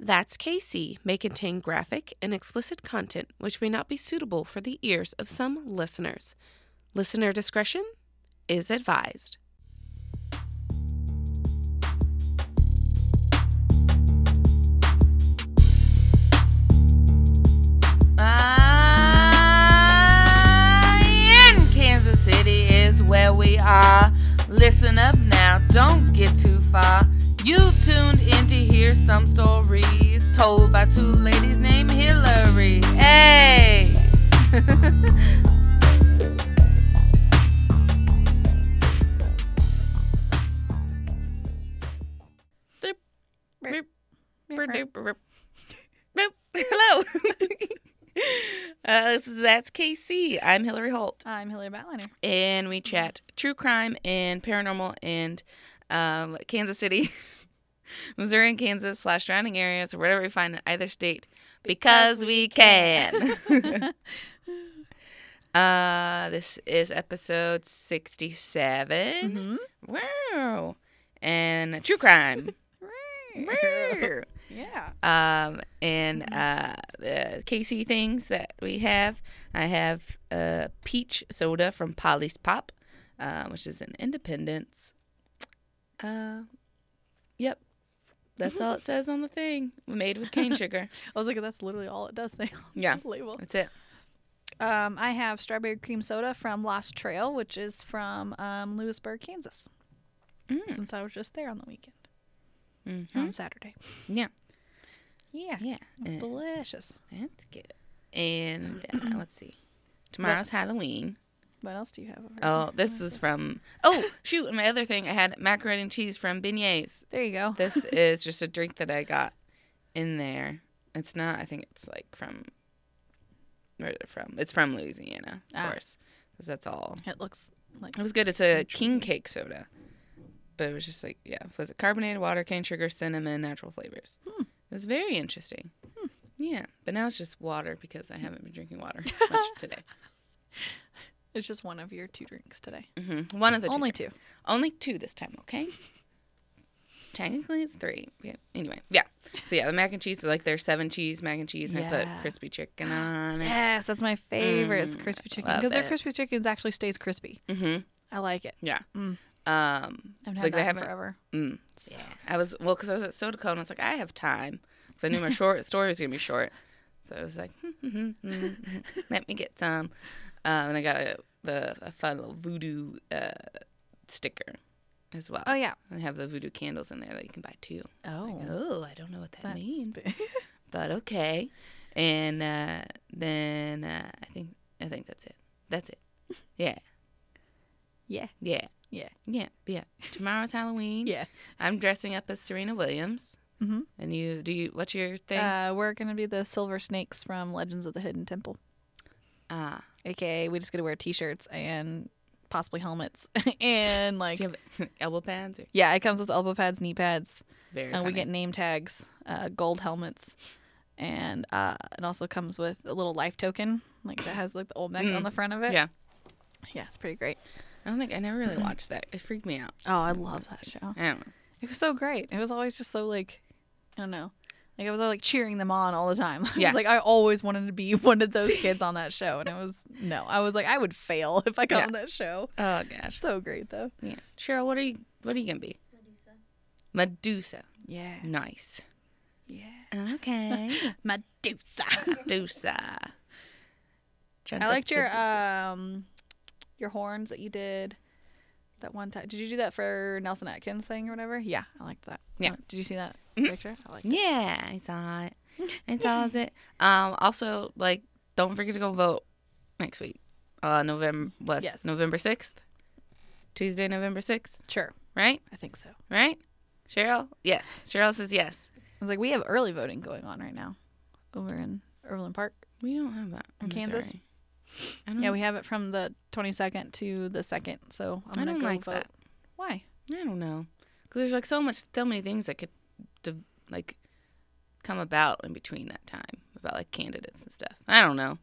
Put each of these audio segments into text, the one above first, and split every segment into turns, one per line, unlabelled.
That's KC may contain graphic and explicit content which may not be suitable for the ears of some listeners. Listener discretion is advised.
Uh, in Kansas City is where we are. Listen up now, don't get too far. You tuned in to hear some stories told by two ladies named Hillary. Hey!
Hello. uh, this is That's KC. I'm Hillary Holt,
I'm Hillary Batliner.
and we chat true crime and paranormal and um, Kansas City, Missouri, and Kansas slash surrounding areas or whatever we find in either state because, we can. uh, this is episode 67. Wow. And true crime. Wow.
Yeah.
um, and uh, the Casey things that we have. I have uh, peach soda from Polly's Pop, uh, which is an Independence. Uh, yep, that's all it says on the thing. Made with cane sugar.
I was like, that's literally all it does say on
Yeah.
the label.
That's it.
Um, I have strawberry cream soda from Lost Trail, which is from um, Lewisburg, Kansas. Since I was just there on the weekend
Mm. Mm-hmm.
on Saturday.
Yeah,
Yeah.
yeah,
It's
Uh,
delicious.
that's good. And uh, let's see. Tomorrow's Halloween.
What else do you have? Over
Oh, this was from. Oh, shoot. and My other thing, I had macaroni and cheese from Beignets.
there you go.
This is just a drink that I got in there. It's not. I think it's like from. Where's it from? It's from Louisiana, of
Ah.
course, because that's all.
It looks like
It was good. It's a king cake soda, but it was just like yeah. Was it carbonated water, cane sugar, cinnamon, natural flavors? It was very interesting. Yeah, but now it's just water because I haven't been drinking water much today.
it's just one of your two drinks today.
hmm One of the two
Only
drinks.
two.
Only two this time, okay? Technically, it's three. Yeah. Anyway, yeah. So yeah, the mac and cheese is like there's seven cheese mac and cheese, and I put
Yeah.
crispy chicken on it.
Yes, that's my favorite. is crispy chicken
Mm, love
because their
it.
crispy chickens actually stays crispy.
Mm-hmm.
I like it.
Yeah.
Mm.
Um,
I
like
haven't had
they
that in
haven't.
forever.
Mm,
So.
I was well because I was at SodaCo and I was like, I have time because I knew my short story was gonna be short, so I was like, hmm, let me get some, um, and I got a the a fun little voodoo uh, sticker as well.
Oh yeah.
And they have the voodoo candles in there that you can buy too.
Oh,
Like, oh, I don't know what that
that's
means,
big.
but okay. And uh, then uh, I think I think that's it. That's it. Yeah,
yeah.
yeah,
Yeah.
yeah, yeah. Tomorrow's Halloween.
Yeah.
I'm dressing up as Serena Williams.
Mm-hmm.
And you do you? What's your thing?
Uh, we're gonna be the Silver Snakes from Legends of the Hidden Temple.
ah,
AKA, we just gonna wear T-shirts and possibly helmets and like
do you have elbow pads? Or,
yeah, it comes with elbow pads, knee pads,
very.
and we
funny.
get name tags, uh, gold helmets, and uh, it also comes with a little life token like that has like the old mech on the front of it.
Mm. yeah.
yeah, it's pretty great.
I don't think I never really watched that. It freaked me out.
Oh, I love that show.
I don't know.
It was so great. It was always just so like, I don't know. Like I was like cheering them on all the time. I
Yeah.
was like, I always wanted to be one of those kids on that show, and it was no. I was like, I would fail if I got
Yeah.
on that show.
Oh gosh.
So great though.
Yeah. Cheryl, what are you? What are you gonna be? Medusa.
Yeah.
Medusa. Nice.
Yeah.
Okay.
Medusa.
Medusa.
I liked your um, your horns that you did. That one time, did you do that for Nelson Atkins thing or whatever? Yeah, Mm-hmm. I liked that. Uh,
Yeah.
Did you see that picture? I liked it.
Yeah, I saw it. I saw it. Um, also, like, don't forget to go vote next week. Uh, November was
Yes.
November sixth, Tuesday, November sixth.
Sure.
Right,
I think so. I
right. Cheryl, yes. Cheryl says yes.
was like, we have early voting going on right now, over in Overland Park.
We don't have that
In Kansas?
Missouri. I don't.
Yeah, we have it from the 22nd to the 2nd. So I'm
I
gonna
don't
go
like
vote.
that.
Why?
I don't know. Because there's like so much, so many things that could, div- like, come about in between that time about like candidates and stuff. I don't know.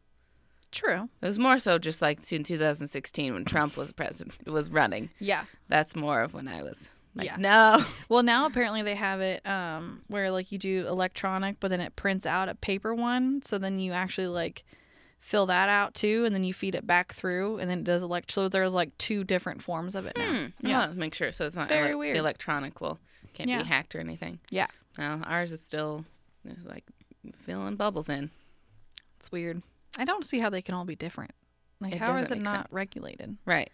True.
It was more so just like in 2016 when Trump was president was running.
Yeah.
That's more of when I was Like,
Yeah.
no.
Well, now apparently they have it um, where like you do electronic, but then it prints out a paper one. So then you actually like fill that out too, and then you feed it back through, and then it does elect. So there's like two different forms of it now.
Hmm.
Yeah.
Yeah. make sure so it's not
Very
ele-
weird.
the electronic will can't
Yeah.
be hacked or anything.
Yeah.
Well, ours is still it's like filling bubbles in.
It's weird. I don't see how they can all be different. Like,
It
how is
doesn't
it
make
not
sense.
regulated?
Right.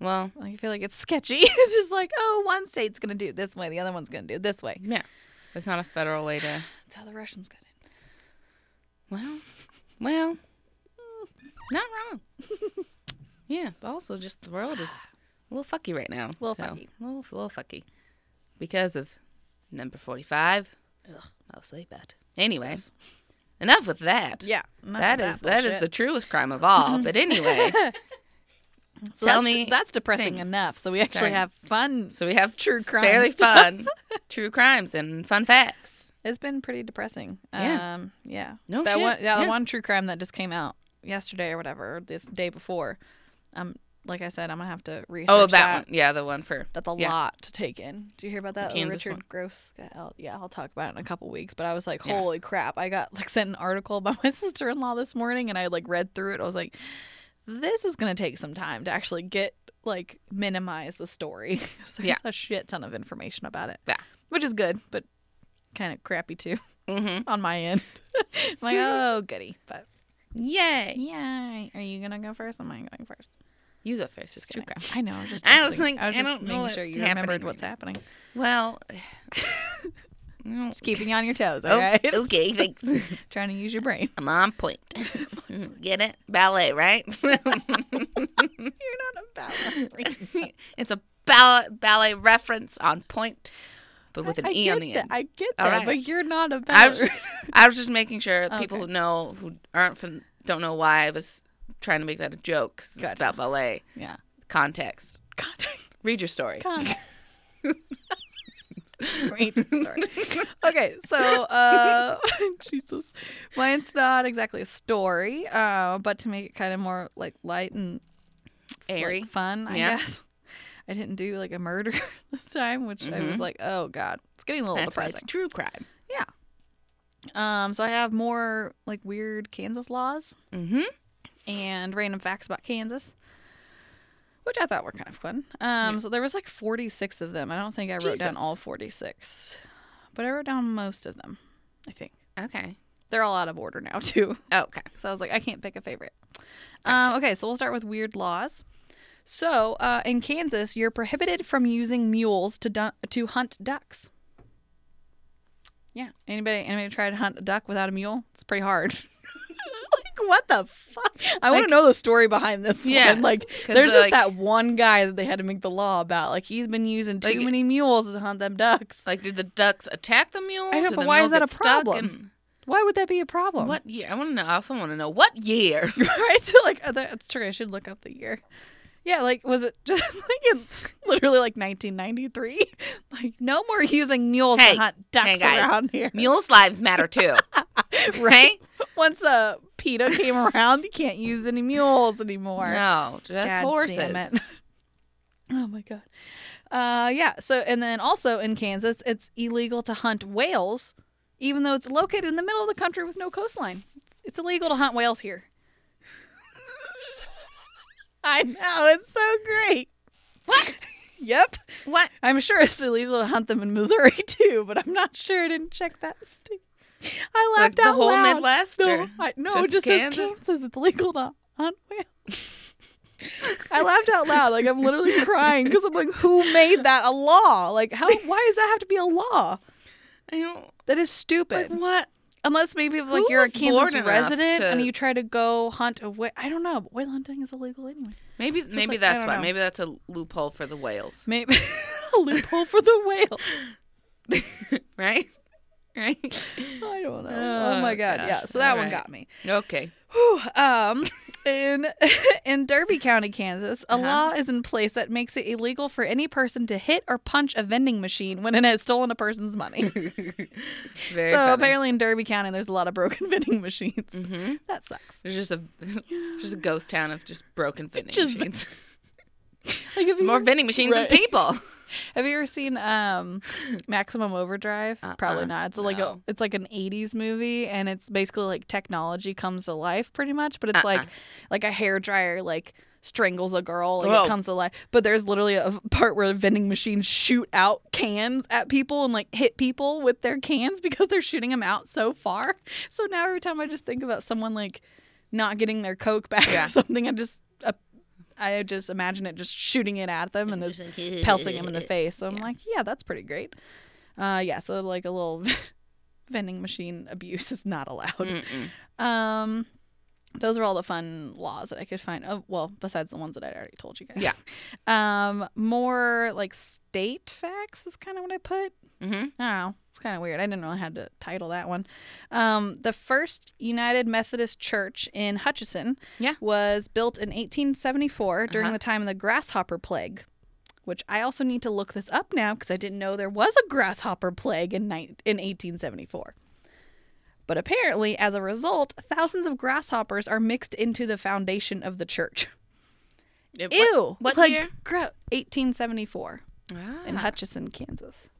Well,
Like, I feel like it's sketchy. it's just like, oh, one state's gonna do it this way, the other one's gonna do it this way.
yeah. It's not a federal way to
That's how the Russians got in.
Well, well, not wrong. yeah, but also just the world is a little fucky right now.
Little fucky.
Little, little fucky. Because of number 45. Ugh, mostly, but. Anyway, enough with that.
Yeah,
That is that is the truest crime of all. But anyway, tell
that's,
me
that's depressing
thing.
enough. So we actually
Sorry.
have fun.
so we have true
crime
fairly
stuff.
fun true crimes and fun facts.
It's been pretty depressing.
Yeah.
Um, yeah.
No
that
shit.
One, yeah, the
Yeah.
one true crime that just came out yesterday or whatever, or the day before. Um, like I said, I'm gonna have to research.
Oh, that, one. Yeah, the one for
That's a
yeah.
lot to take in. Did you hear about that? The
Kansas
Richard
one.
Gross. got out. Yeah, I'll talk about it in a couple weeks. But I was like,
Yeah.
holy crap! I got like sent an article by my sister-in-law this morning, and I like read through it. I was like, this is gonna take some time to actually get like minimize the story. so
Yeah.
there's a shit ton of information about it.
Yeah.
which is good, but kind of crappy too
Mm-hmm.
on my end. I'm like, oh, goody. But
Yay!
yeah, are you gonna go first? Am I going first?
You go first. It's
Just
true
kidding.
crime.
I know. I was just.
I was
guessing.
like,
I was
I
just
don't know
making sure
what's
you remembered
happening
what's
right
happening.
Well, no.
Just keeping you on your toes,
Oh,
alright?
okay, thanks.
Trying to use your brain.
I'm on point. Get it? Ballet, right?
You're not a
it's a ballet ballet reference on point, but with an
I
e
get
on the
that.
end.
I get
All
that,
right.
but you're not a
I was
ballet.
just, I was just making sure people
Okay.
who know who aren't from don't know why I was trying to make that a joke. 'cause It's
Gotcha.
about ballet
yeah.
context.
Contact.
Read your story.
Contact. Great story. Okay, so uh, Jesus, mine's not exactly a story, uh, but to make it kind of more like light and like,
Airy.
fun, I
Yeah.
guess. I didn't do like a murder this time, which I was like, oh god, it's getting a little
Mm-hmm. That's why
depressing.
it's true crime.
Um, so I have more like weird Kansas laws
Mm-hmm.
and random facts about Kansas, which I thought were kind of fun. Um, so there was like 46 of them. I don't think I wrote down
Jesus.
all 46, but I wrote down most of them. I think
Okay.
they're all out of order now too.
Okay.
So I was like, I can't pick a favorite. Um, okay, so we'll start with weird laws. So uh, in Kansas, you're prohibited from using mules to du- to hunt ducks. Yeah, anybody anybody try to hunt a duck without a mule? It's pretty hard. like what the fuck? I want
Like-
to know the story behind this.
Yeah,
one. like
'cause
there's
the,
just
like-
that one guy that they had to make the law about. Like he's been using too
Like-
many mules to hunt them ducks.
Like, did the ducks attack the mule?
know,
Did
but
the
why
mule
is that
get
a
stuck
problem?
and-
Why would that be a problem?
What year? I want to know. I also want to know what year.
right? So like uh, that's true. I should look up the year. Yeah, like was it just like in literally like 1993? Like no more using mules
Hey,
to hunt ducks
hey, guys.
around here.
Mules' lives matter too, right?
Once uh, PETA came around, you can't use any mules anymore.
No, just
God
horses.
damn it. oh my god. Uh, yeah. So and then also in Kansas, it's illegal to hunt whales, even though it's located in the middle of the country with no coastline. It's, it's illegal to hunt whales here. I know it's so great. What? yep.
What?
I'm sure it's illegal to hunt them in Missouri too, but I'm not sure. I didn't check that. Steve. I
Like
laughed
the
out
whole
loud.
Midwest?
No,
or-
I, no,
just
it just says
Kansas?
Kansas. It's legal to hunt whales. I laughed out loud, like I'm literally crying because I'm like, who made that a law? Like, how? Why does that have to be a law?
I don't,
That
like
is stupid.
what?
Unless maybe if, like
Who
you're a
was bored
Kansas
enough
resident
to-
and you try to go hunt a whale. I don't know. But whale hunting is illegal anyway.
Maybe maybe
like, I
that's
don't
why.
know.
Maybe that's a loophole for the whales,
Maybe a loophole for the whale.
right? Right.
I don't know.
Oh,
Oh, my god.
gosh.
Yeah. So that
All
one
right.
got me.
Okay.
Whew. Um, in in Derby County, Kansas, a
Uh-huh.
law is in place that makes it illegal for any person to hit or punch a vending machine when it has stolen a person's money.
Very
so
funny.
apparently, in Derby County, there's a lot of broken vending machines. That sucks.
Mm-hmm. There's just a just a ghost town of just broken vending
Just-
machines.
Like if
There's more vending machines
Right.
than people.
Have you ever seen um, Maximum Overdrive? Probably
Uh-uh,
not. It's like a,
no.
it's like an '80s movie, and it's basically like technology comes to life, pretty much. But it's
Uh-uh.
like like a hair dryer like strangles a girl, like
Whoa.
it comes to life. But there's literally a part where vending machines shoot out cans at people and like hit people with their cans because they're shooting them out so far. So now every time I just think about someone like not getting their coke back
Yeah.
or something, I just uh, I just imagine it just shooting it at them and it's pelting him in the face. So I'm like, yeah, that's pretty great. Uh, yeah, so like a little vending machine abuse is not allowed.
Mm-mm.
Um, those are all the fun laws that I could find. Oh, well, besides the ones that I'd already told you guys.
Yeah.
Um, more like state facts is kind of what I put.
Mm-hmm.
I don't know. It's kind of weird. I didn't really have to title that one. Um, the first United Methodist Church in Hutchinson
Yeah.
was built in 1874 during
Uh-huh.
the time of the grasshopper plague, which I also need to look this up now because I didn't know there was a grasshopper plague in, ni- in 1874. But apparently, as a result, thousands of grasshoppers are mixed into the foundation of the church. Ew!
what
like,
year?
gro- 1874
Ah.
in Hutchinson, Kansas.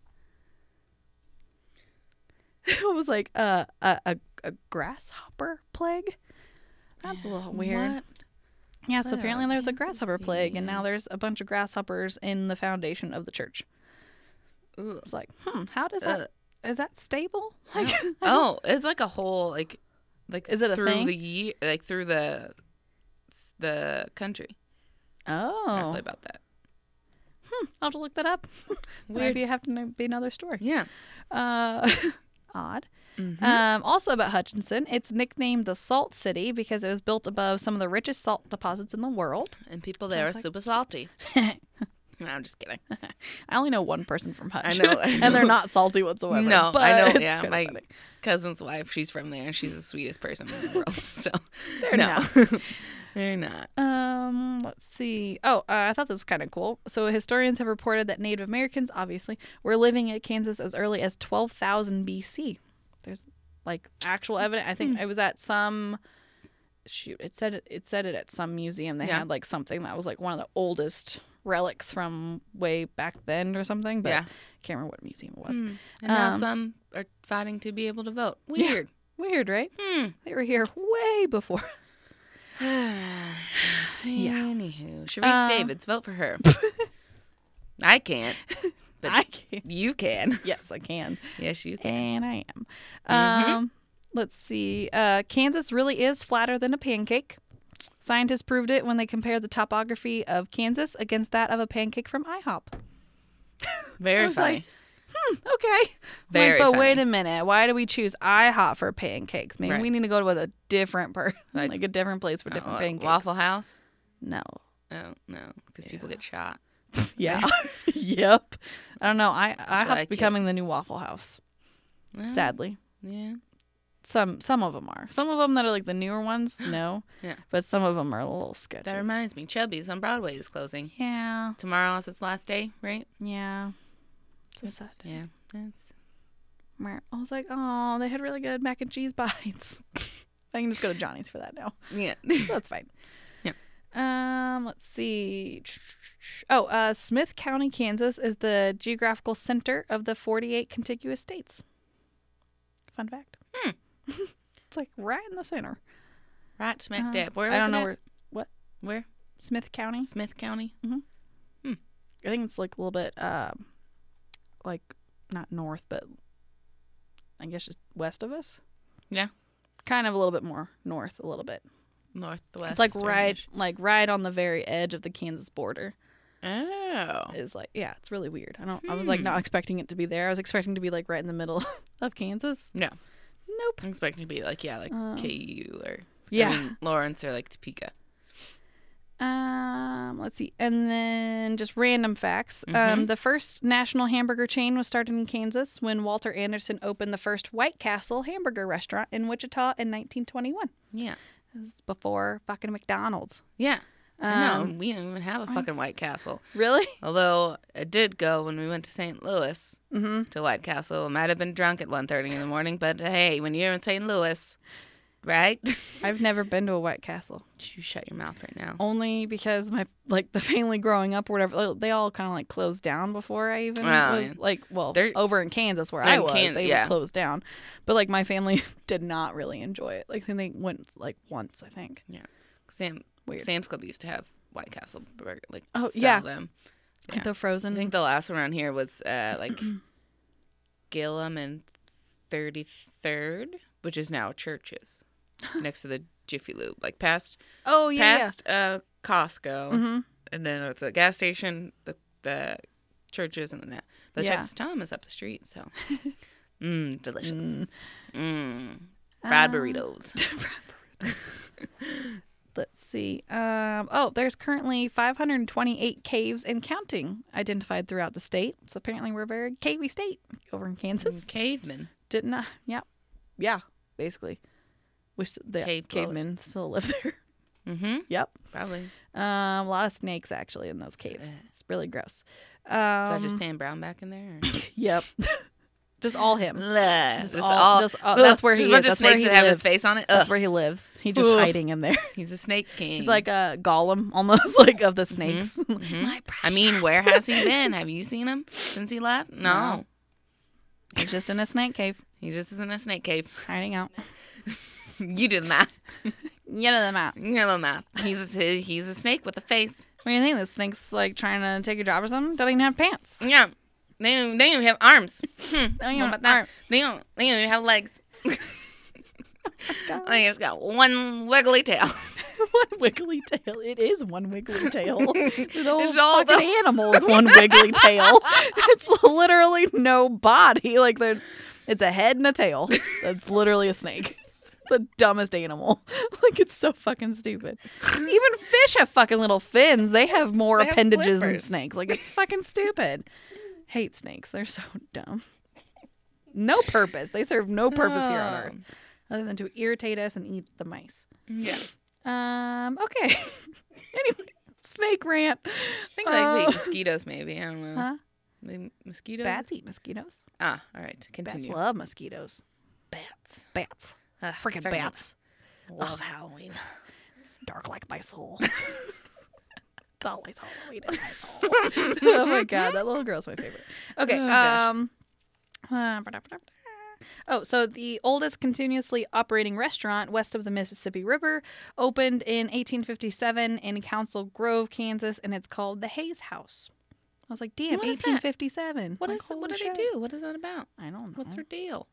I was like, uh, a, a, a grasshopper plague? That's a little weird.
What?
Yeah, so
What
apparently
are
there was a
Kansas
grasshopper plague, and now
being?
there's a bunch of grasshoppers in the foundation of the church.
Ooh.
It's like, hmm, how does
Uh,
that, is that stable? Like,
oh, it's like a whole like like
Is it a
through
thing?
the year like through the the country. I
oh,
feel about that.
I'll have to look that up.
Weird.
Maybe I have to know- be another story.
Yeah.
Uh, odd.
Mm-hmm.
Um, also about Hutchinson, it's nicknamed the Salt City because it was built above some of the richest salt deposits in the world.
and people there are
Sounds like-
super salty. no, I'm just kidding.
I only know one person from Hutchinson,
know, I
and they're
know.
not salty whatsoever.
no,
but
I know.
it's
Yeah,
kinda
my
funny.
cousin's wife, she's from there, and she's the sweetest person in the world. So
They're
no, they're not.
Um, let's see. Oh, uh, I thought this was kind of cool. So historians have reported that Native Americans, obviously, were living at Kansas as early as 12,000 BC. There's like actual evidence. I
Hmm.
think it was at some shoot. It said it, it said it at some museum. They
Yeah.
had like something that was like one of the oldest relics from way back then or something. But
Yeah. Hmm.
I can't remember what museum it was.
And now
Um,
some are fighting to be able to vote.
Yeah.
Weird.
Weird, right?
Hmm.
They were here way before.
Anywho, Sharice
Uh,
Davids, vote for her. I can't. But-
I can.
You can.
Yes, I can.
Yes, you can.
And I am.
Mhm.
Um, let's see. Uh, Kansas really is flatter than a pancake. Scientists proved it when they compared the topography of Kansas against that of a pancake from IHOP.
Very
I was
funny.
like, "Hmm, Okay.
Very
like, but wait
funny.
a minute. Why do we choose IHOP for pancakes? Maybe
Right.
we need to go to a different per-
Like-
like, a different place for different
Oh,
pancakes.
Waffle House?
No.
Oh no, because people get shot.
Yeah. yep. I don't know. I IHOP's
like it.
becoming the new Waffle House.
Well,
Sadly.
Yeah.
Some some of them are. Some of them that are like the newer ones, no.
Yeah.
But some of them are a little sketchy.
That reminds me, Chubby's on Broadway is closing.
yeah,
Tomorrow is its last day, right?
yeah. It's a
It's-
sad.
Yeah. That's
Meh. I was like, oh, they had really good mac and cheese bites. I can just go to Johnny's for that now.
yeah.
That's fine.
Yeah.
Um, let's see. Oh, uh, Smith County, Kansas is the geographical center of the 48 contiguous states. Fun fact.
Hmm.
it's like right in the center.
right smack
Uh,
dab. Where is
I don't know
it?
where Hmm?
Where?
Smith County.
Smith County.
I think it's like a little bit, um, like not north, but I guess just west of us.
Yeah.
Kind of a little bit more north, a little bit.
Northwest.
it's like
or-
right, like right on the very edge of the Kansas border.
Oh. Hmm.
Is like, yeah, it's really weird. I don't. I was like not expecting it to be there. I was expecting to be like right in the middle of Kansas.
No.
Nope.
I'm expecting to be like, yeah, like
Um,
KU or
Yeah.
I mean, Lawrence or like Topeka.
Um, let's see. And then just random facts.
Mm-hmm.
Um, the first national hamburger chain was started in Kansas when Walter Anderson opened the first White Castle hamburger restaurant in Wichita in 1921.
Yeah.
This is before fucking McDonald's.
Yeah. I
Um,
know. We don't even have a fucking White Castle.
Really?
Although I did go when we went to St. Louis
Mm-hmm.
to White Castle. I might have been drunk at 1.30 in the morning, but hey, when you're in St. Louis, right?
I've never been to a wet castle.
you shut your mouth right now.
Only because my like the family growing up or whatever, like, they all kind of like closed down before I even
Wow,
was
yeah.
like well
They're-
over in Kansas where
They're
I
in
was
Kan-
they
yeah.
were closed down, but like my family did not really enjoy it. Like then they went like once I think.
Sam
Weird.
Sam's Club used to have White Castle burger, like
Oh,
sell
yeah.
them.
Like,
Yeah.
the frozen.
I think the last one around here was uh, like Gillum and 33rd, which is now Churches, next to the Jiffy Lube, like past
oh yeah. yeah.
past uh, Costco,
Mm-hmm.
and then it's a gas station, the the churches, and then that. But
Yeah.
Texas Tom is up the street, so mm, delicious. Mm. Fried
Um,
burritos.
Let's see. Um, oh, there's currently 528 caves and counting identified throughout the state. So apparently we're a very cavey state over in Kansas.
Mm, Cavemen.
Didn't I? Yeah. Yeah, basically. Wish the
Cave dwellers.
cavemen still live there.
Mm-hmm.
yep.
Probably.
Um, a lot of snakes actually in those caves.
Ugh.
It's really
Is
gross. Um,
that just Sam Brown back in there?
yep. just all him.
Just
all- just all- that's where
just
he
a bunch
is.
of
That's where
snakes
he
that have his
lives.
face on it.
That's
Ugh.
where he lives. He just
Ugh.
hiding in there.
He's a snake king.
He's like a golem almost like of the snakes.
Mhm.
My
I mean, where has he been? Have you seen him since he left? No.
No. He's just in a snake cave,
He just is in a snake cave.
hiding out.
you do the math.
You know them out.
You know the math. He's a, he's a snake with a face.
What do you think? This snake's like trying to take your job or something? Doesn't even have pants.
Yeah. They don't, they don't even have arms. Hmm.
They don't
What
even
about that?
arm.
They don't they don't even have legs. they just got one wiggly tail.
one wiggly tail. It is one wiggly tail. The whole
It's all
fucking animal is one wiggly tail. It's literally no body. Like there's, it's a head and a tail. That's literally a snake. The dumbest animal. Like it's so fucking stupid. Even fish have fucking little fins. They have more
They have
appendages than
flippers.
snakes. Like it's fucking stupid. Hate snakes. They're so dumb. No purpose. They serve no purpose here on earth
Um,
other than to irritate us and eat the mice.
Yeah.
Um. Okay. anyway, snake rant.
I think they
Um,
eat mosquitoes maybe. I don't know.
Huh?
Maybe mosquitoes?
Bats eat mosquitoes.
Ah, all right.
Bats
Continue.
love mosquitoes.
Bats.
Bats.
Ugh,
Freaking bats.
Love Halloween.
It's dark like my soul. it's always Halloween in my soul. oh my god, that little girl's my favorite. Okay.
Mm-hmm. Oh, gosh.
um. uh, ba-da-ba-da-ba-da. Oh, so the oldest continuously operating restaurant west of the Mississippi River opened in 1857 in Council Grove, Kansas, and it's called the Hayes House. I was like, damn,
What is that?
1857.
What
Like,
is? What
holy
do
shit.
they do? What is that about?
I don't know.
What's their deal?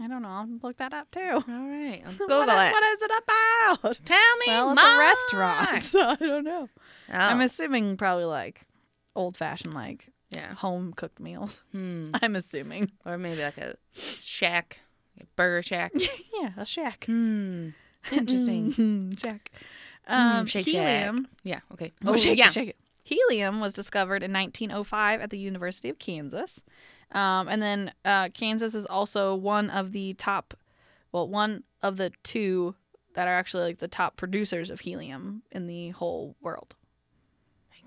I don't know. I'll look that up too.
All right, I'll Google
What-
it.
What is it about?
Tell me
Well, it's
more.
a restaurant. So I don't know.
Oh,
I'm assuming probably like old fashioned, like
yeah.
home cooked meals.
Hmm.
I'm assuming.
Or maybe like a shack, a burger shack.
yeah, a shack.
Hmm. Interesting.
Mm-hmm. Mm, shack. Um,
Shake Shack.
helium.
yeah. Okay.
Oh, shake
yeah.
it, shake it. Helium was discovered in 1905 at the University of Kansas. Um, and then uh, Kansas is also one of the top, well, one of the two that are actually like the top producers of helium in the whole world.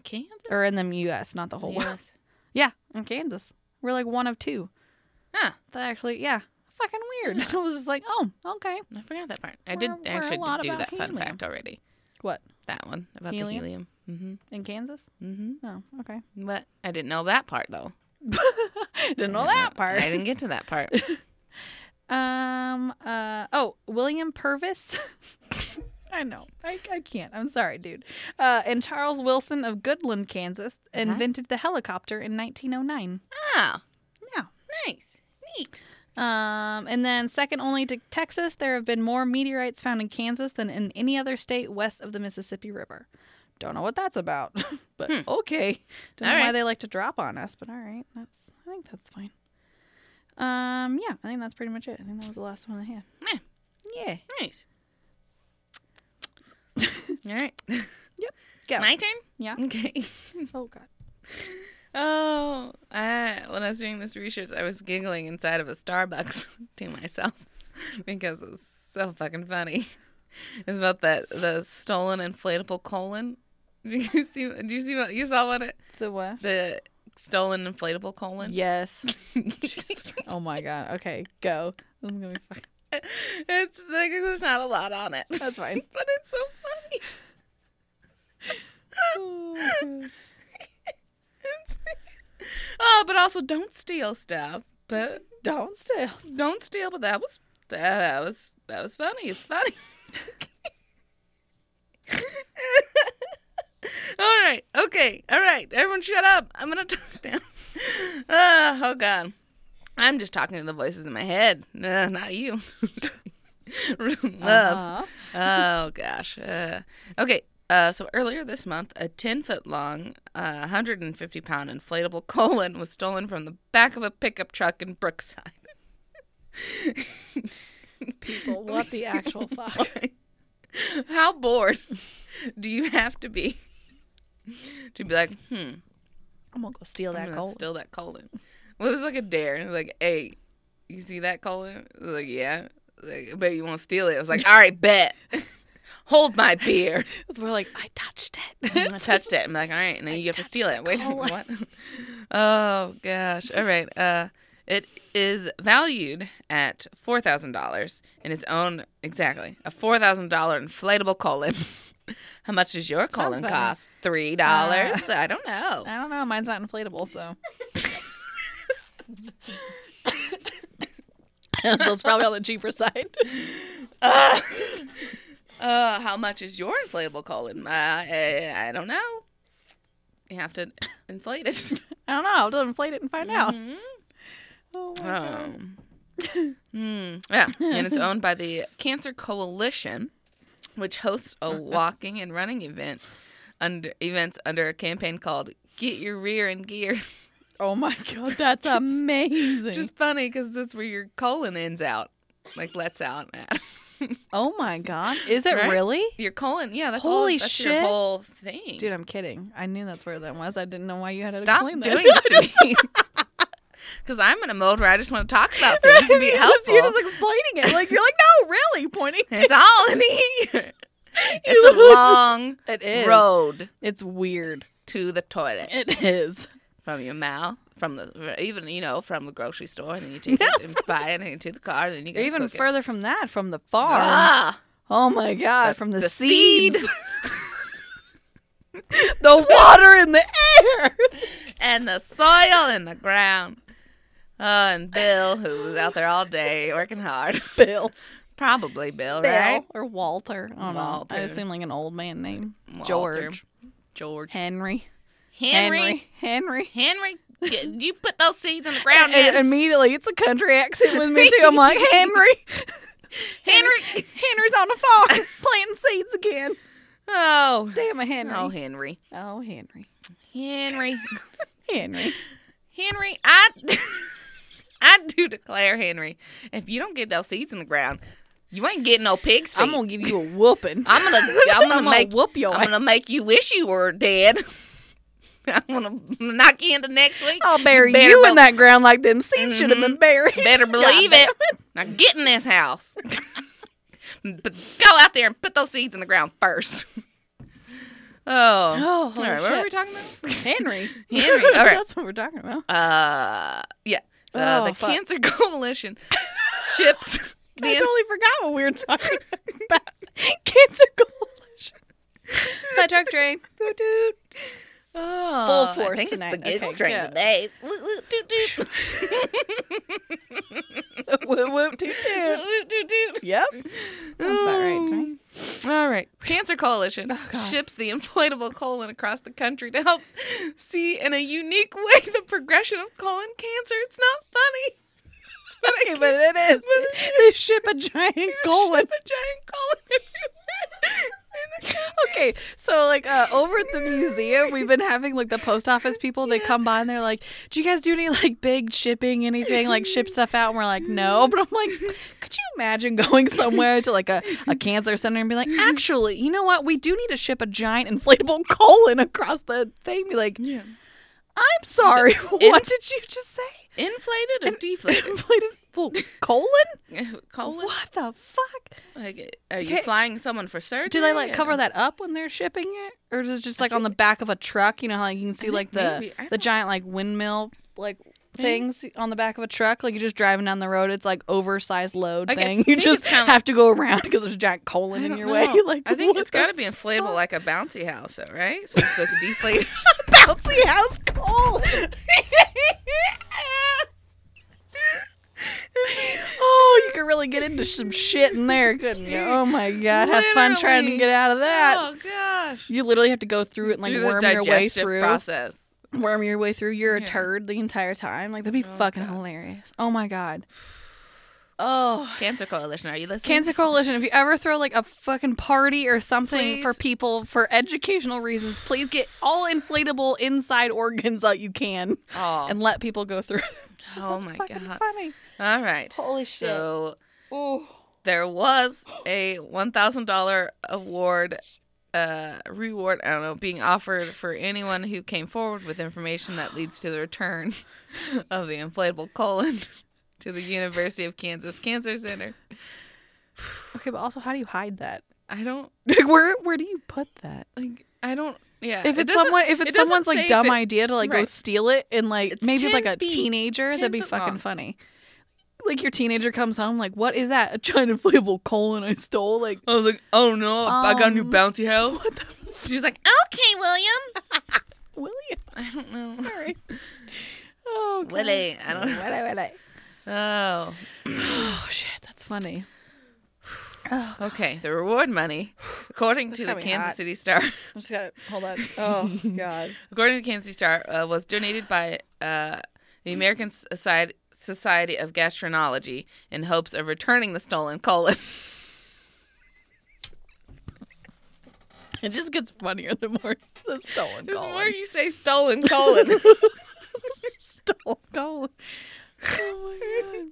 Kansas.
Or in the U.S., not the whole world.
Yes.
Yeah, in Kansas. We're like one of two.
Huh.
That actually, yeah, fucking weird. I was just like, oh, okay.
I forgot that part. I
We're-
did
we're a
actually
lot
did do
about
that fun
helium.
fact already.
What?
That one about
Helium?
the helium. Mm-hmm.
In Kansas?
Mm-hmm.
No, okay.
But I didn't know that part though.
Didn't know
I
that part.
I didn't get to that part.
Um. Uh. Oh, William Purvis. I know. I, I can't. I'm sorry, dude. Uh, and Charles Wilson of Goodland, Kansas,
Uh-huh.
invented the helicopter in 1909.
oh.
Yeah.
Nice. Neat.
Um, and then, second only to Texas, there have been more meteorites found in Kansas than in any other state west of the Mississippi River. Don't know what that's about, but okay.
Hmm.
Don't
All
know why
right.
they like to drop on us, but all right. That's. I think that's fine. Um. Yeah. I think that's pretty much it. I think that was the last one I had.
Meh.
Yeah.
Nice. All right.
Go.
My turn?
Yeah.
Oh. Okay.
Oh God.
Oh, I, when I was doing this research, I was giggling inside of a Starbucks to myself because it's so fucking funny. It's about that the stolen inflatable colon. Did you see? Did you see what you saw? What it
The what?
the stolen inflatable colon?
Yes. Jesus Christ. oh my God. Okay. Go. This is gonna be fucking-
It's like there's not a lot on it,
That's fine.
but it's so funny. Oh, but also don't steal stuff. But
Don't steal.
don't steal. But that was that, that was that was funny. It's funny. all right. Okay. All right. Everyone, shut up. I'm gonna talk now. Ah, oh God. I'm just talking to the voices in my head. Nah, not you. Love.
Uh-huh.
oh gosh. Uh, okay. Uh, so earlier this month, a 10 foot long, uh, 150 pound inflatable colon was stolen from the back of a pickup truck in Brookside.
People, what the actual fuck?
How bored do you have to be to be like, hmm,
I'm gonna go steal
I'm
that
gonna
gold.
steal that colon? Well, it was like a dare. It was like, hey, you see that colon? I was like, yeah. Like, I bet you won't steal it. I was like, all right, bet. Hold my beer.
We're like, I touched
I
it.
touched it. I'm like, all right, now you have to
touched
steal
the
it. Wait, a minute,
colon.
what? Oh gosh. All right. Uh, it is valued at four thousand dollars in its own exactly a four thousand dollar inflatable colon. How much does your colon
about Uh,
cost? Three dollars. I don't know.
I don't know. Mine's not inflatable, so. so it's probably on the cheaper side.
Uh, uh, how much is your inflatable colon? Uh, I, I don't know. You have to inflate it.
I don't know. I'll just inflate it and find out.
Mhm.
Mm-hmm. Oh, my God.
Um, hmm, yeah, and it's owned by the Cancer Coalition, which hosts a walking and running event under events under a campaign called "Get Your Rear in Gear."
Oh my God, that's amazing.
Which is funny because that's where your colon ends out, like lets out. at.
oh my God. Is it
Right?
really?
your colon, yeah, that's
Holy
all, that's your
shit.
whole thing.
Dude, I'm kidding. I knew that's where that was. I didn't know why you had to
Stop
explain
doing
that.
this to me. Because I'm in a mode where I just want to talk about things and be
You're just-
helpful.
You're just explaining it. Like you're like, no, really, pointing.
it's all in here. It's a long
It is.
road.
It's weird.
to the toilet
It is.
from your mouth, from the even you know from the grocery store, and then you take it and buy it and into the car, and then you
Or
get
even
cook it.
further from that, from the farm.
Ah,
Oh my god, from the,
the
seeds,
seeds
the water in the air.
and the soil in the ground. Oh, and Bill, who was out there all day working hard,
Bill,
probably Bill,
Bill,
right?
or Walter. I don't
Walter.
know. I assume like an old man name,
Walter.
George,
George,
Henry,
Henry,
Henry.
Henry, y- you put those seeds in the ground,
And
man.
immediately, it's a country accent with me too. I'm like Henry.
Henry.
Henry's on the farm planting seeds again.
Oh,
Damn it, Henry.
oh, Henry,
Oh, Henry.
Henry,
Henry.
Henry. I, I do declare, Henry, if you don't get those seeds in the ground, you ain't getting no pig's feet.
I'm gonna give you a whooping.
I'm gonna, I'm gonna make,
whoop your
I'm
ass.
gonna make you wish you were dead. I'm gonna knock you into next week.
I'll bury
better
you
bel-
in that ground like them seeds should have been buried.
Better believe
God
it. Now get in this house. but go out there and put those seeds in the ground first. Oh,
Oh,
all
holy
right. What were we
shit.
talking about?
damn- Henry.
Henry, all right.
That's what we're talking about.
Uh, yeah. Uh,
Oh,
the
fuck.
Cancer Coalition ships.
I
The
totally forgot what we were talking about. Cancer coalition. Sidetrack train. Boo doot.
oh,
Full
I
force
think
tonight.
It's the giggle
Okay,
train
good.
today. Woot, woot, doot, doot.
whoop whoop toot
Woot,
toot.
woot, doot, doot.
Yep. Sounds about right to me.
All right. Cancer Coalition
Oh, God.
ships the inflatable colon across the country to help see in a unique way the progression of colon cancer. It's not funny. But I
Okay,
can't
but it is. They ship a giant colon.
ship a giant colon everywhere.
Okay, so like uh, over at the museum, we've been having like the post office people. They come by and they're like, "Do you guys do any like big shipping, anything like ship stuff out?" And we're like, "No," but I'm like, "Could you imagine going somewhere to like a, a cancer center and be like, actually, you know what? We do need to ship a giant inflatable colon across the thing." Be like,
Yeah.
"I'm sorry, what did you just say?
Inflated or deflated?
Inflatable colon?
colon?
Oh, What the fuck?
Like, are you
Okay.
flying someone for surgery?
Do they like cover
or-
that up when they're shipping it, or is it just like on the back of a truck? You know how like, you can see like the
maybe. I
the
don't-
giant like windmill like things on the back of a truck. Like you're just driving down the road. It's like oversized load
Like, I
thing. You
think
just
it's kinda-
have to go around because there's a giant colon
I
in
don't
your
know.
way. Like
I think
what
it's
the
got to be inflatable like a bouncy house, though, right? So it's like a deflate.
bouncy house coal. oh, you could really get into some shit in there, couldn't you? Oh my god, have fun trying to
Literally.
get out of that.
oh gosh.
You literally have to go through it and like
Through the
worm your way
digestive
through.
process.
Worm your way through. You're a
Yeah. Oh,
turd the entire time. Like that'd be fucking hilarious. Oh my god. Oh.
Cancer Coalition, are you listening?
Cancer Coalition, if you ever throw like a fucking party or something for
Please.
people for educational reasons, please get all inflatable inside organs that you can
Oh,
and let people go through.
oh my
fucking
god.
funny.
All right.
Holy shit.
So
Ooh.
there was a $1,000 award uh reward i don't know being offered for anyone who came forward with information that leads to the return of the inflatable colon to the university of kansas cancer center
Okay, but also how do you hide that?
i don't
Like where where do you put that?
like i don't yeah
If
it
it's
doesn't-
someone if
it
it's
doesn't
someone's
say
like
if
dumb
it-
idea to like go
right.
steal it and like
It's
maybe
10
like a
feet-
teenager,
10
that'd be
foot
fucking
long.
funny. Like your teenager comes home like, "What is that? A giant inflatable colon I stole?" Like
I was like, oh no, I got a new
Um,
bouncy house. She was like, okay, William.
Willie.
I don't know.
Sorry. Oh, God.
Willie, I don't know.
Willie, Willie.
Oh.
Oh shit, that's funny. Oh, God.
Okay, the reward money, according to
That's
the
gotta be
Kansas
hot.
City Star,
I'm just gonna hold on. Oh God.
according to the Kansas City Star, uh, was donated by uh, the American Society, Society of Gastroenterology in hopes of returning the stolen colon.
It just gets funnier the more the stolen
There's
colon.
more you say stolen colon.
stolen colon. Oh my God.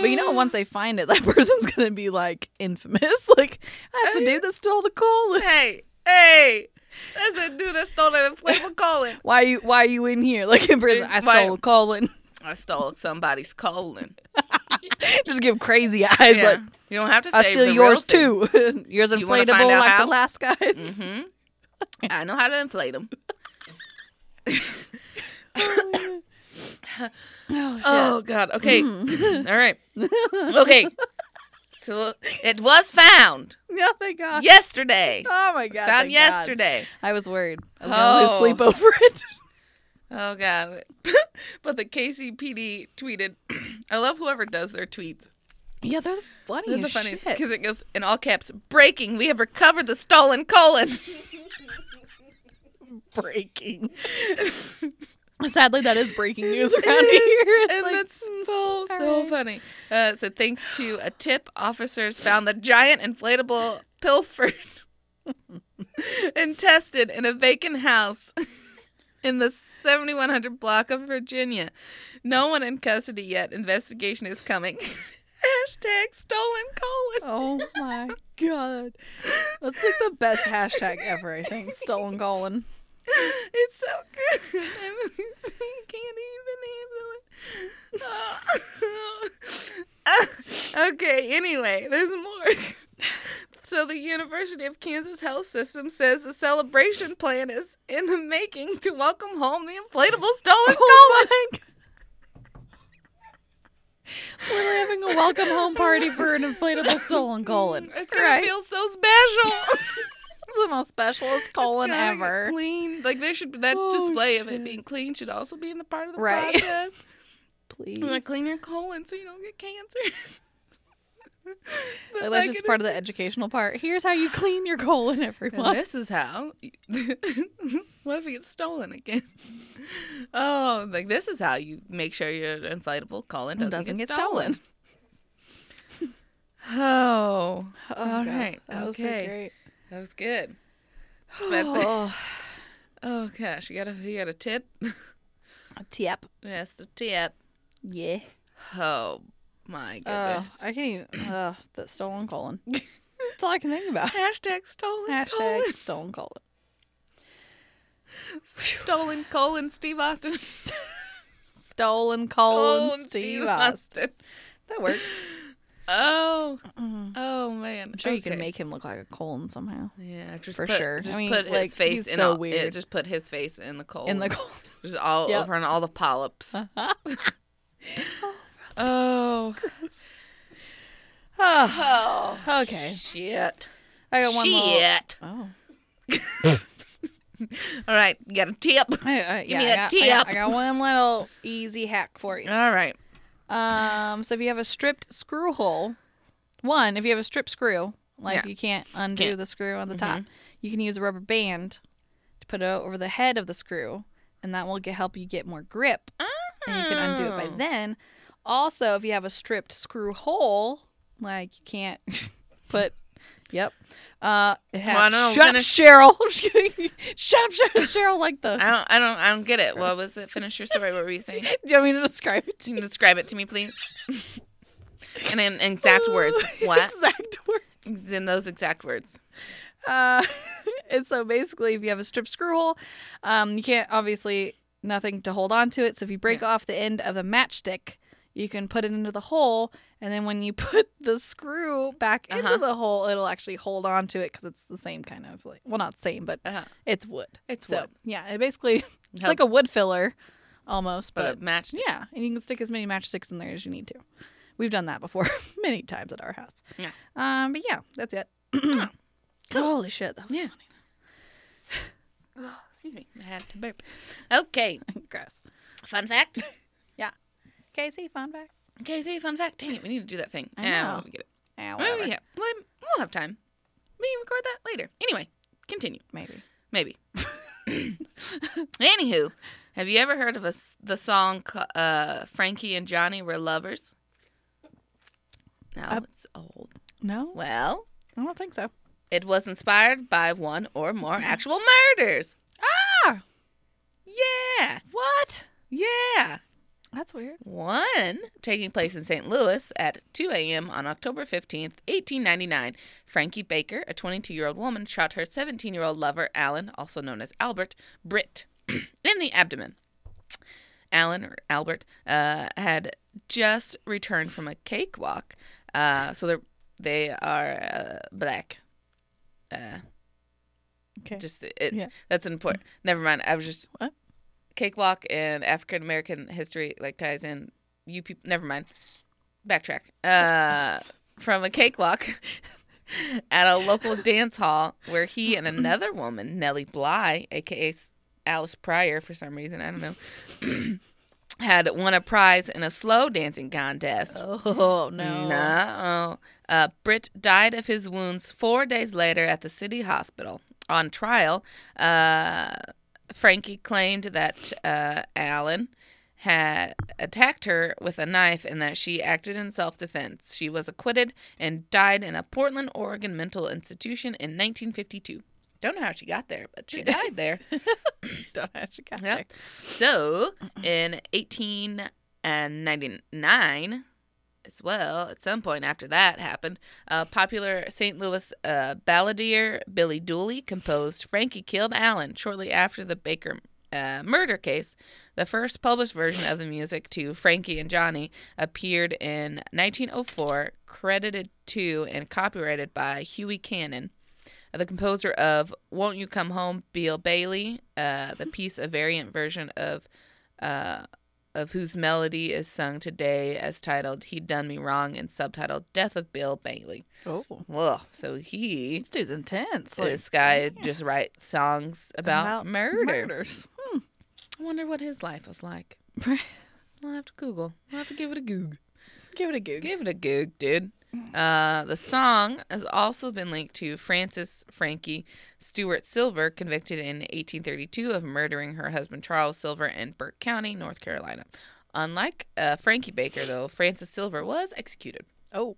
But you know, once they find it, that person's gonna be like infamous. Like that's
Uh,
the dude that stole the colon.
hey, hey, that's the dude that stole that inflatable colon.
Why are you Why are you in here? Like in prison, I
Why-
stole a colon.
I stole somebody's colon.
Just give crazy eyes.
yeah.
Like
you don't have to say
I steal
the
yours
real thing.
too. yours
You wanna find
inflatable
out
like
how?
the last guy's.
hmm I know how to inflate them.
Oh shit. Hmm.
Oh God. Okay. All right. Okay. So it was found
No, thank God.
yesterday.
Oh my God.
found
thank God.
yesterday.
I was worried. I was gonna lose
Oh.
sleep over it.
Oh God. but the KCPD tweeted. I love whoever does their tweets.
yeah, they're the
This is
funniest.
the funniest because it goes in all caps. Breaking. We have recovered the stolen colon.
breaking. Sadly, that is breaking news around here. It's
and
like- "Mm,
that's so
all
so
right.
funny. Uh, so thanks to a tip, officers found the giant inflatable pilfered and tested in a vacant house in the 7100 block of Virginia. No one in custody yet. Investigation is coming. Hashtag stolen colon.
Oh my god. Oh, That's like the best hashtag ever, I think. Stolen colon.
It's so good. I can't even handle it. okay, anyway, there's more. So the University of Kansas Health System says a celebration plan is in the making to welcome home the inflatable stolen
Oh my god. We're having a welcome home party for an inflatable stolen colon.
colon. It's gonna
Right.
feel so special.
It's the most specialist
It's
colon
gotta get
ever.
Clean. Like there should that
Oh,
display of
shit.
it being clean should also be in the part of the
Right.
process.
Please.
Like
Like,
clean your colon so you don't get cancer. But,
that's
like,
just
it
part of the educational part. Here's how you clean your colon,
is-
everyone.
And this is how. what if it gets stolen again? Oh, like this is how you make sure your inflatable colon doesn't, get, stolen. Oh, all right, okay, that was good. That's it.
Oh,
Oh gosh, you got a you got a tip?
tip.
That's the tip.
Yeah.
Oh my
Oh,
goodness.
I can't even. Oh, that stolen colon. That's all I can think about.
Hashtag stolen
Hashtag
colon.
stolen colon.
Stolen colon, Steve Austin.
Stolen colon
Colin
Steve Austin. That works.
Oh,
Uh-uh. I'm
oh man.
sure you can
Okay.
make him look like a colon somehow.
Yeah, just
for
put-
sure.
Just
I mean,
put his
like,
face
he's
in.
so
all, yeah,
weird.
just put his face in the cold.
In the colon.
just all
Yep. Uh-huh.
over and all the polyps. oh,
Oh,
oh,
okay.
shit,
I got one little.
shit.
Oh.
All right, you got a tip.
I, I, yeah,
me a
I got, I got-
tip.
I got one little easy hack for you.
All right.
Um, so if you have a stripped screw hole, one, if you have a stripped screw, like
Yeah.
you can't undo
Can't. Mm-hmm.
the screw on the top, you can use a rubber band to put it over the head of the screw, and that will get, help you get more grip, and you can undo it by
Oh.
then. Also, if you have a stripped screw hole, like you can't put. Yep. Uh, it
Well, I
had,
don't know,
shut
finish-
up, Cheryl. Just kidding. Shut up, Cheryl. Cheryl. Like the.
I don't. I don't. I don't get it. What was it? Finish your story. What were you saying?
Do you want me to describe it to
Can you describe it to me, please? and in exact words.
Oh,
What?
exact words.
In those exact words.
Uh, and so basically, if you have a strip screw hole, um, you can't obviously nothing to hold on to it. So if you break off the end of the matchstick, you can put it into the hole, and then when you put the screw back
Uh-huh.
into the hole, it'll actually hold on to it because it's the same kind of like well, not same, but
Uh-huh.
it's wood.
It's
so
wood.
yeah, it basically it's
Help.
like a wood filler almost,
But
but
it matched.
yeah, and you can stick as many matchsticks in there as you need to. We've done that before many times at our house.
Yeah. Oh,
Um, but yeah, that's it. Holy shit, that was
Yeah. Excuse me. I had to burp. Okay.
gross.
Fun fact.
Casey, fun fact.
Casey, fun fact. Dang it, we need to do that thing.
I
Eh,
know.
we'll get it.
Eh,
Well,
whatever.
yeah, we'll, we'll have time. We can record that later. Anyway, continue.
Maybe.
Maybe. Anywho, have you ever heard of a s the song ca- uh, "Frankie and Johnny Were Lovers"? Now
Uh,
it's old.
No,
Well,
I don't think so.
it was inspired by one or more actual murders.
Ah!
Yeah,
What?
yeah.
That's weird.
One taking place in St. Louis at 2 a.m. on October 15th, 1899. Frankie Baker, a 22 year old woman, shot her 17 year old lover, Alan, also known as Albert Britt, in the abdomen. Alan or Albert uh, had just returned from a cakewalk, uh, so they're, they are uh, black. Uh,
Okay.
just it's
Yeah.
that's important. Never mind. I was just
What?
cakewalk and African American history like ties in. You people, never mind. Backtrack. Uh, from a cakewalk at a local dance hall where he and another woman, Nellie Bly, aka Alice Pryor, for some reason I don't know, had won a prize in a slow dancing contest.
Oh no.
Mm. No. Uh, Britt died of his wounds four days later at the city hospital. On trial, uh, Frankie claimed that uh, Alan had attacked her with a knife and that she acted in self defense. She was acquitted and died in a Portland, Oregon mental institution in 1952. Don't know how she got there, but she died there.
Don't actually got
Yep. So in 1899 as well, at some point after that happened, a popular St. Louis uh, balladeer, Billy Dooley, composed Frankie Killed Allen shortly after the Baker uh, murder case. The first published version of the music to Frankie and Johnny appeared in 1904, credited to and copyrighted by Huey Cannon the composer of "Won't You Come Home," Beale Bailey. Uh, the piece, a variant version of uh, of whose melody is sung today, as titled "He Done Me Wrong" and subtitled "Death of Bill Bailey."
Oh,
Whoa! So he,
this dude's intense. like,
this guy, just writes songs about,
About
murder.
murders. Hmm.
I wonder what his life was like. I'll have to Google. I'll have to give it a Goog.
Give it a goog.
Give it a goog, dude. Uh, the song has also been linked to Frances Frankie Stewart Silver, convicted in 1832 of murdering her husband Charles Silver in Burke County, North Carolina. Unlike uh, Frankie Baker, though, Frances Silver was executed.
Oh.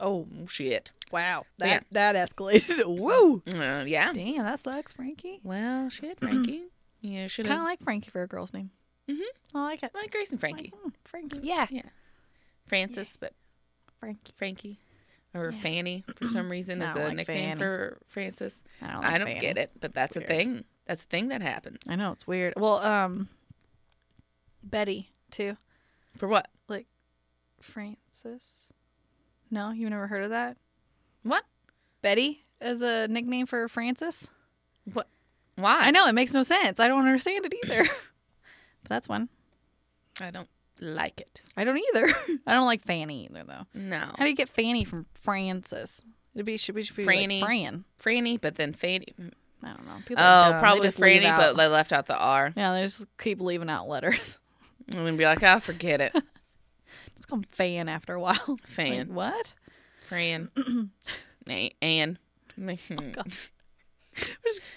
Oh
Shit.
wow.
Yeah.
That that escalated. Woo.
Uh, yeah.
Damn, that sucks, Frankie.
Well, shit, Frankie. you should
Kind
have
of like Frankie for a girl's name.
Mhm.
I like it.
like Grace and Frankie.
Like, mm, Frankie. Yeah.
Frances, but
Frankie.
Frankie or
Yeah.
Fanny for some reason
I
is
don't
a
like
nickname
Fanny.
for Frances.
I don't,
I don't get it, but that's a
weird.
thing. That's a thing that happens.
I know it's weird. Well, um, Betty too.
For what?
Francis. No, you've never heard of that?
What?
Betty is a nickname for Francis. I
Why?
know it makes no sense. I don't understand it either. but that's one.
I don't like it.
I don't either. I don't like Fanny either though.
No.
How do you get Fanny from Francis? It'd be should be should be like
Franny.
Fran.
Franny, but then Fanny.
I don't know. People
Oh,
are dumb. They
probably
just leave
Franny,
out-
but they left out the R.
yeah, they just keep leaving out letters.
And then be like, I'll forget it.
It's called Fan after a while. Like,
Fan.
what?
Fran. Oh, A- Anne.
Just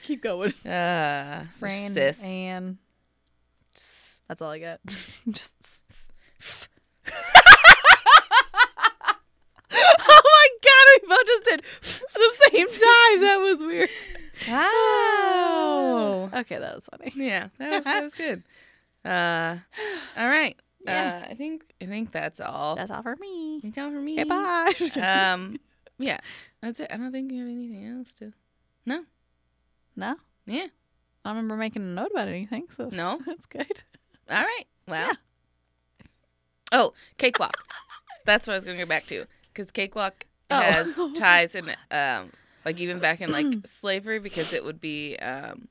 keep going.
uh,
Fran.
Sis.
Anne. That's all I got. just. oh my god! We both just did at the same time. That was weird.
Wow.
Okay, that was funny.
Yeah, that was, that was good. Uh, all right.
Yeah.
Uh, I think I think that's all.
That's all for me.
That's all for me.
Okay, bye.
Um, yeah, that's it. I don't think you have anything else to.
no,
Yeah.
I don't remember making a note about anything, so
No.
that's good.
All right. Well.
Yeah.
Oh, cakewalk. That's what I was going to go back to because cakewalk
Oh.
has ties in, um, like even back in like slavery because it would be um,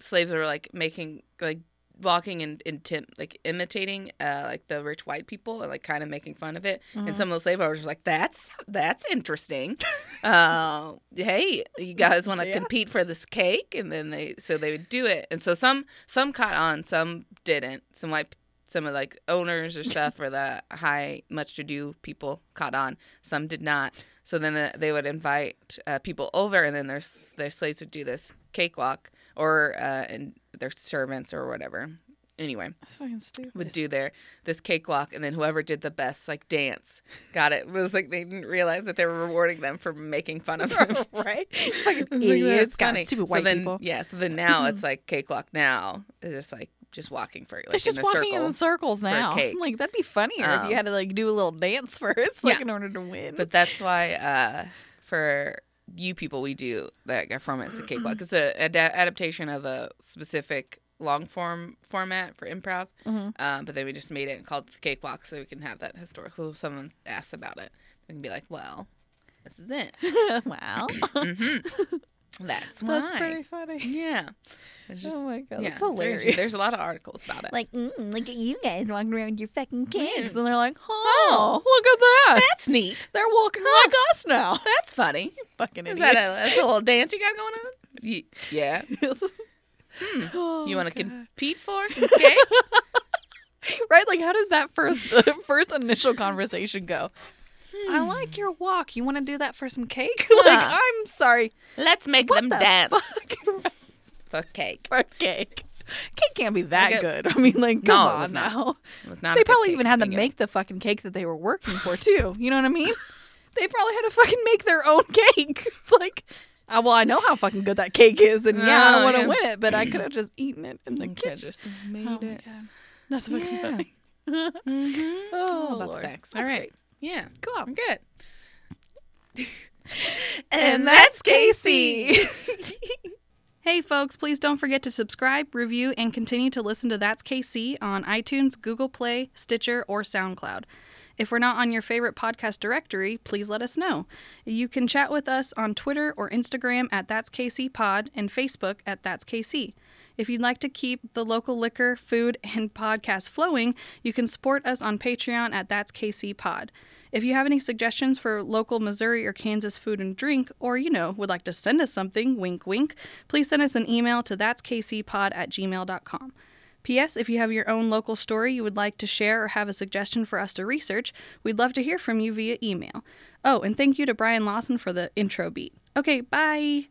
slaves were like making like walking and in, tim like imitating uh, like the rich white people and like kind of making fun of it
Mm-hmm.
and some of the slave owners were like that's that's interesting uh, hey you guys want to
Yeah.
compete for this cake and then they so they would do it and so some some caught on some didn't some like some of like owners or stuff or the high much to do people caught on some did not so then the, they would invite uh, people over and then their s- their slaves would do this cakewalk or uh, and their servants or whatever anyway
That's fucking stupid.
would do their this cakewalk and then whoever did the best like dance got it. It was like they didn't realize that they were rewarding them for making fun of them.
right? Fucking
It's like,
idiots.
that's
God,
funny.
stupid
so
white
then,
people.
Yeah, so then now it's like cakewalk now. It's just like just walking for like
it's just
in a
walking
circle.
in circles now.
cake.
Like that'd be funnier if
Um,
you had to like do a little dance first, like
yeah.
in order to win.
But that's why uh, for you people, we do that like, format is the cakewalk. It's a, ad- adaptation of a specific long form format for improv,
Mhm.
um, but then we just made it and called it the cakewalk so we can have that historical. If someone asks about it, we can be like, "Well, this is it.
wow,
That's why."
that's pretty funny.
yeah, it's just
oh my god,
yeah, it's
that's
very
hilarious.
interesting. There's a lot of articles about it.
like, mm, look at you guys walking around with your fucking cakes,
Mm.
and they're like, oh, look at that.
that's neat.
They're walking like us now.
That's funny.
Fucking
Is
idiots.
that a, that's a little dance you got going on? Ye- yeah.
Oh,
Hmm. You want to
God.
compete for some cake?
right? Like, how does that first the first initial conversation go? I like your walk. You want to do that for some cake? like,
Hmm. Huh.
I'm sorry.
Let's make
What
them
the
dance
fuck?
for cake.
for cake. Cake can't be that
Like a-
good. I mean, like,
No,
come
it was
on
not.
now.
It was not a
They
good
probably
cake
even had to
thank you.
make the fucking cake that they were working for too. You know what I mean? they probably had to fucking make their own cake. It's like, I, well, I know how fucking good that cake is, and yeah, I
Oh,
want to
yeah.
win it, but I could have just eaten it in the
You coulda
kitchen.
just made
Oh my
it.
God. That's fucking
Yeah.
funny.
Mm-hmm.
Oh,
All about
Lord.
the facts. All
That's
right.
great.
Yeah.
Cool.
I'm good.
And that's Casey. Hey, folks, please don't forget to subscribe, review, and continue to listen to That's KC on iTunes, Google Play, Stitcher, or SoundCloud. If we're not on your favorite podcast directory, please let us know. You can chat with us on Twitter or Instagram at That's KC Pod and Facebook at That's KC. If you'd like to keep the local liquor, food, and podcast flowing, you can support us on Patreon at That's KC Pod. If you have any suggestions for local Missouri or Kansas food and drink, or, you know, would like to send us something, wink, wink, please send us an email to thatskcpod at gmail.com. P.S. If you have your own local story you would like to share or have a suggestion for us to research, we'd love to hear from you via email. Oh, and thank you to Brian Lawson for the intro beat. Okay, bye.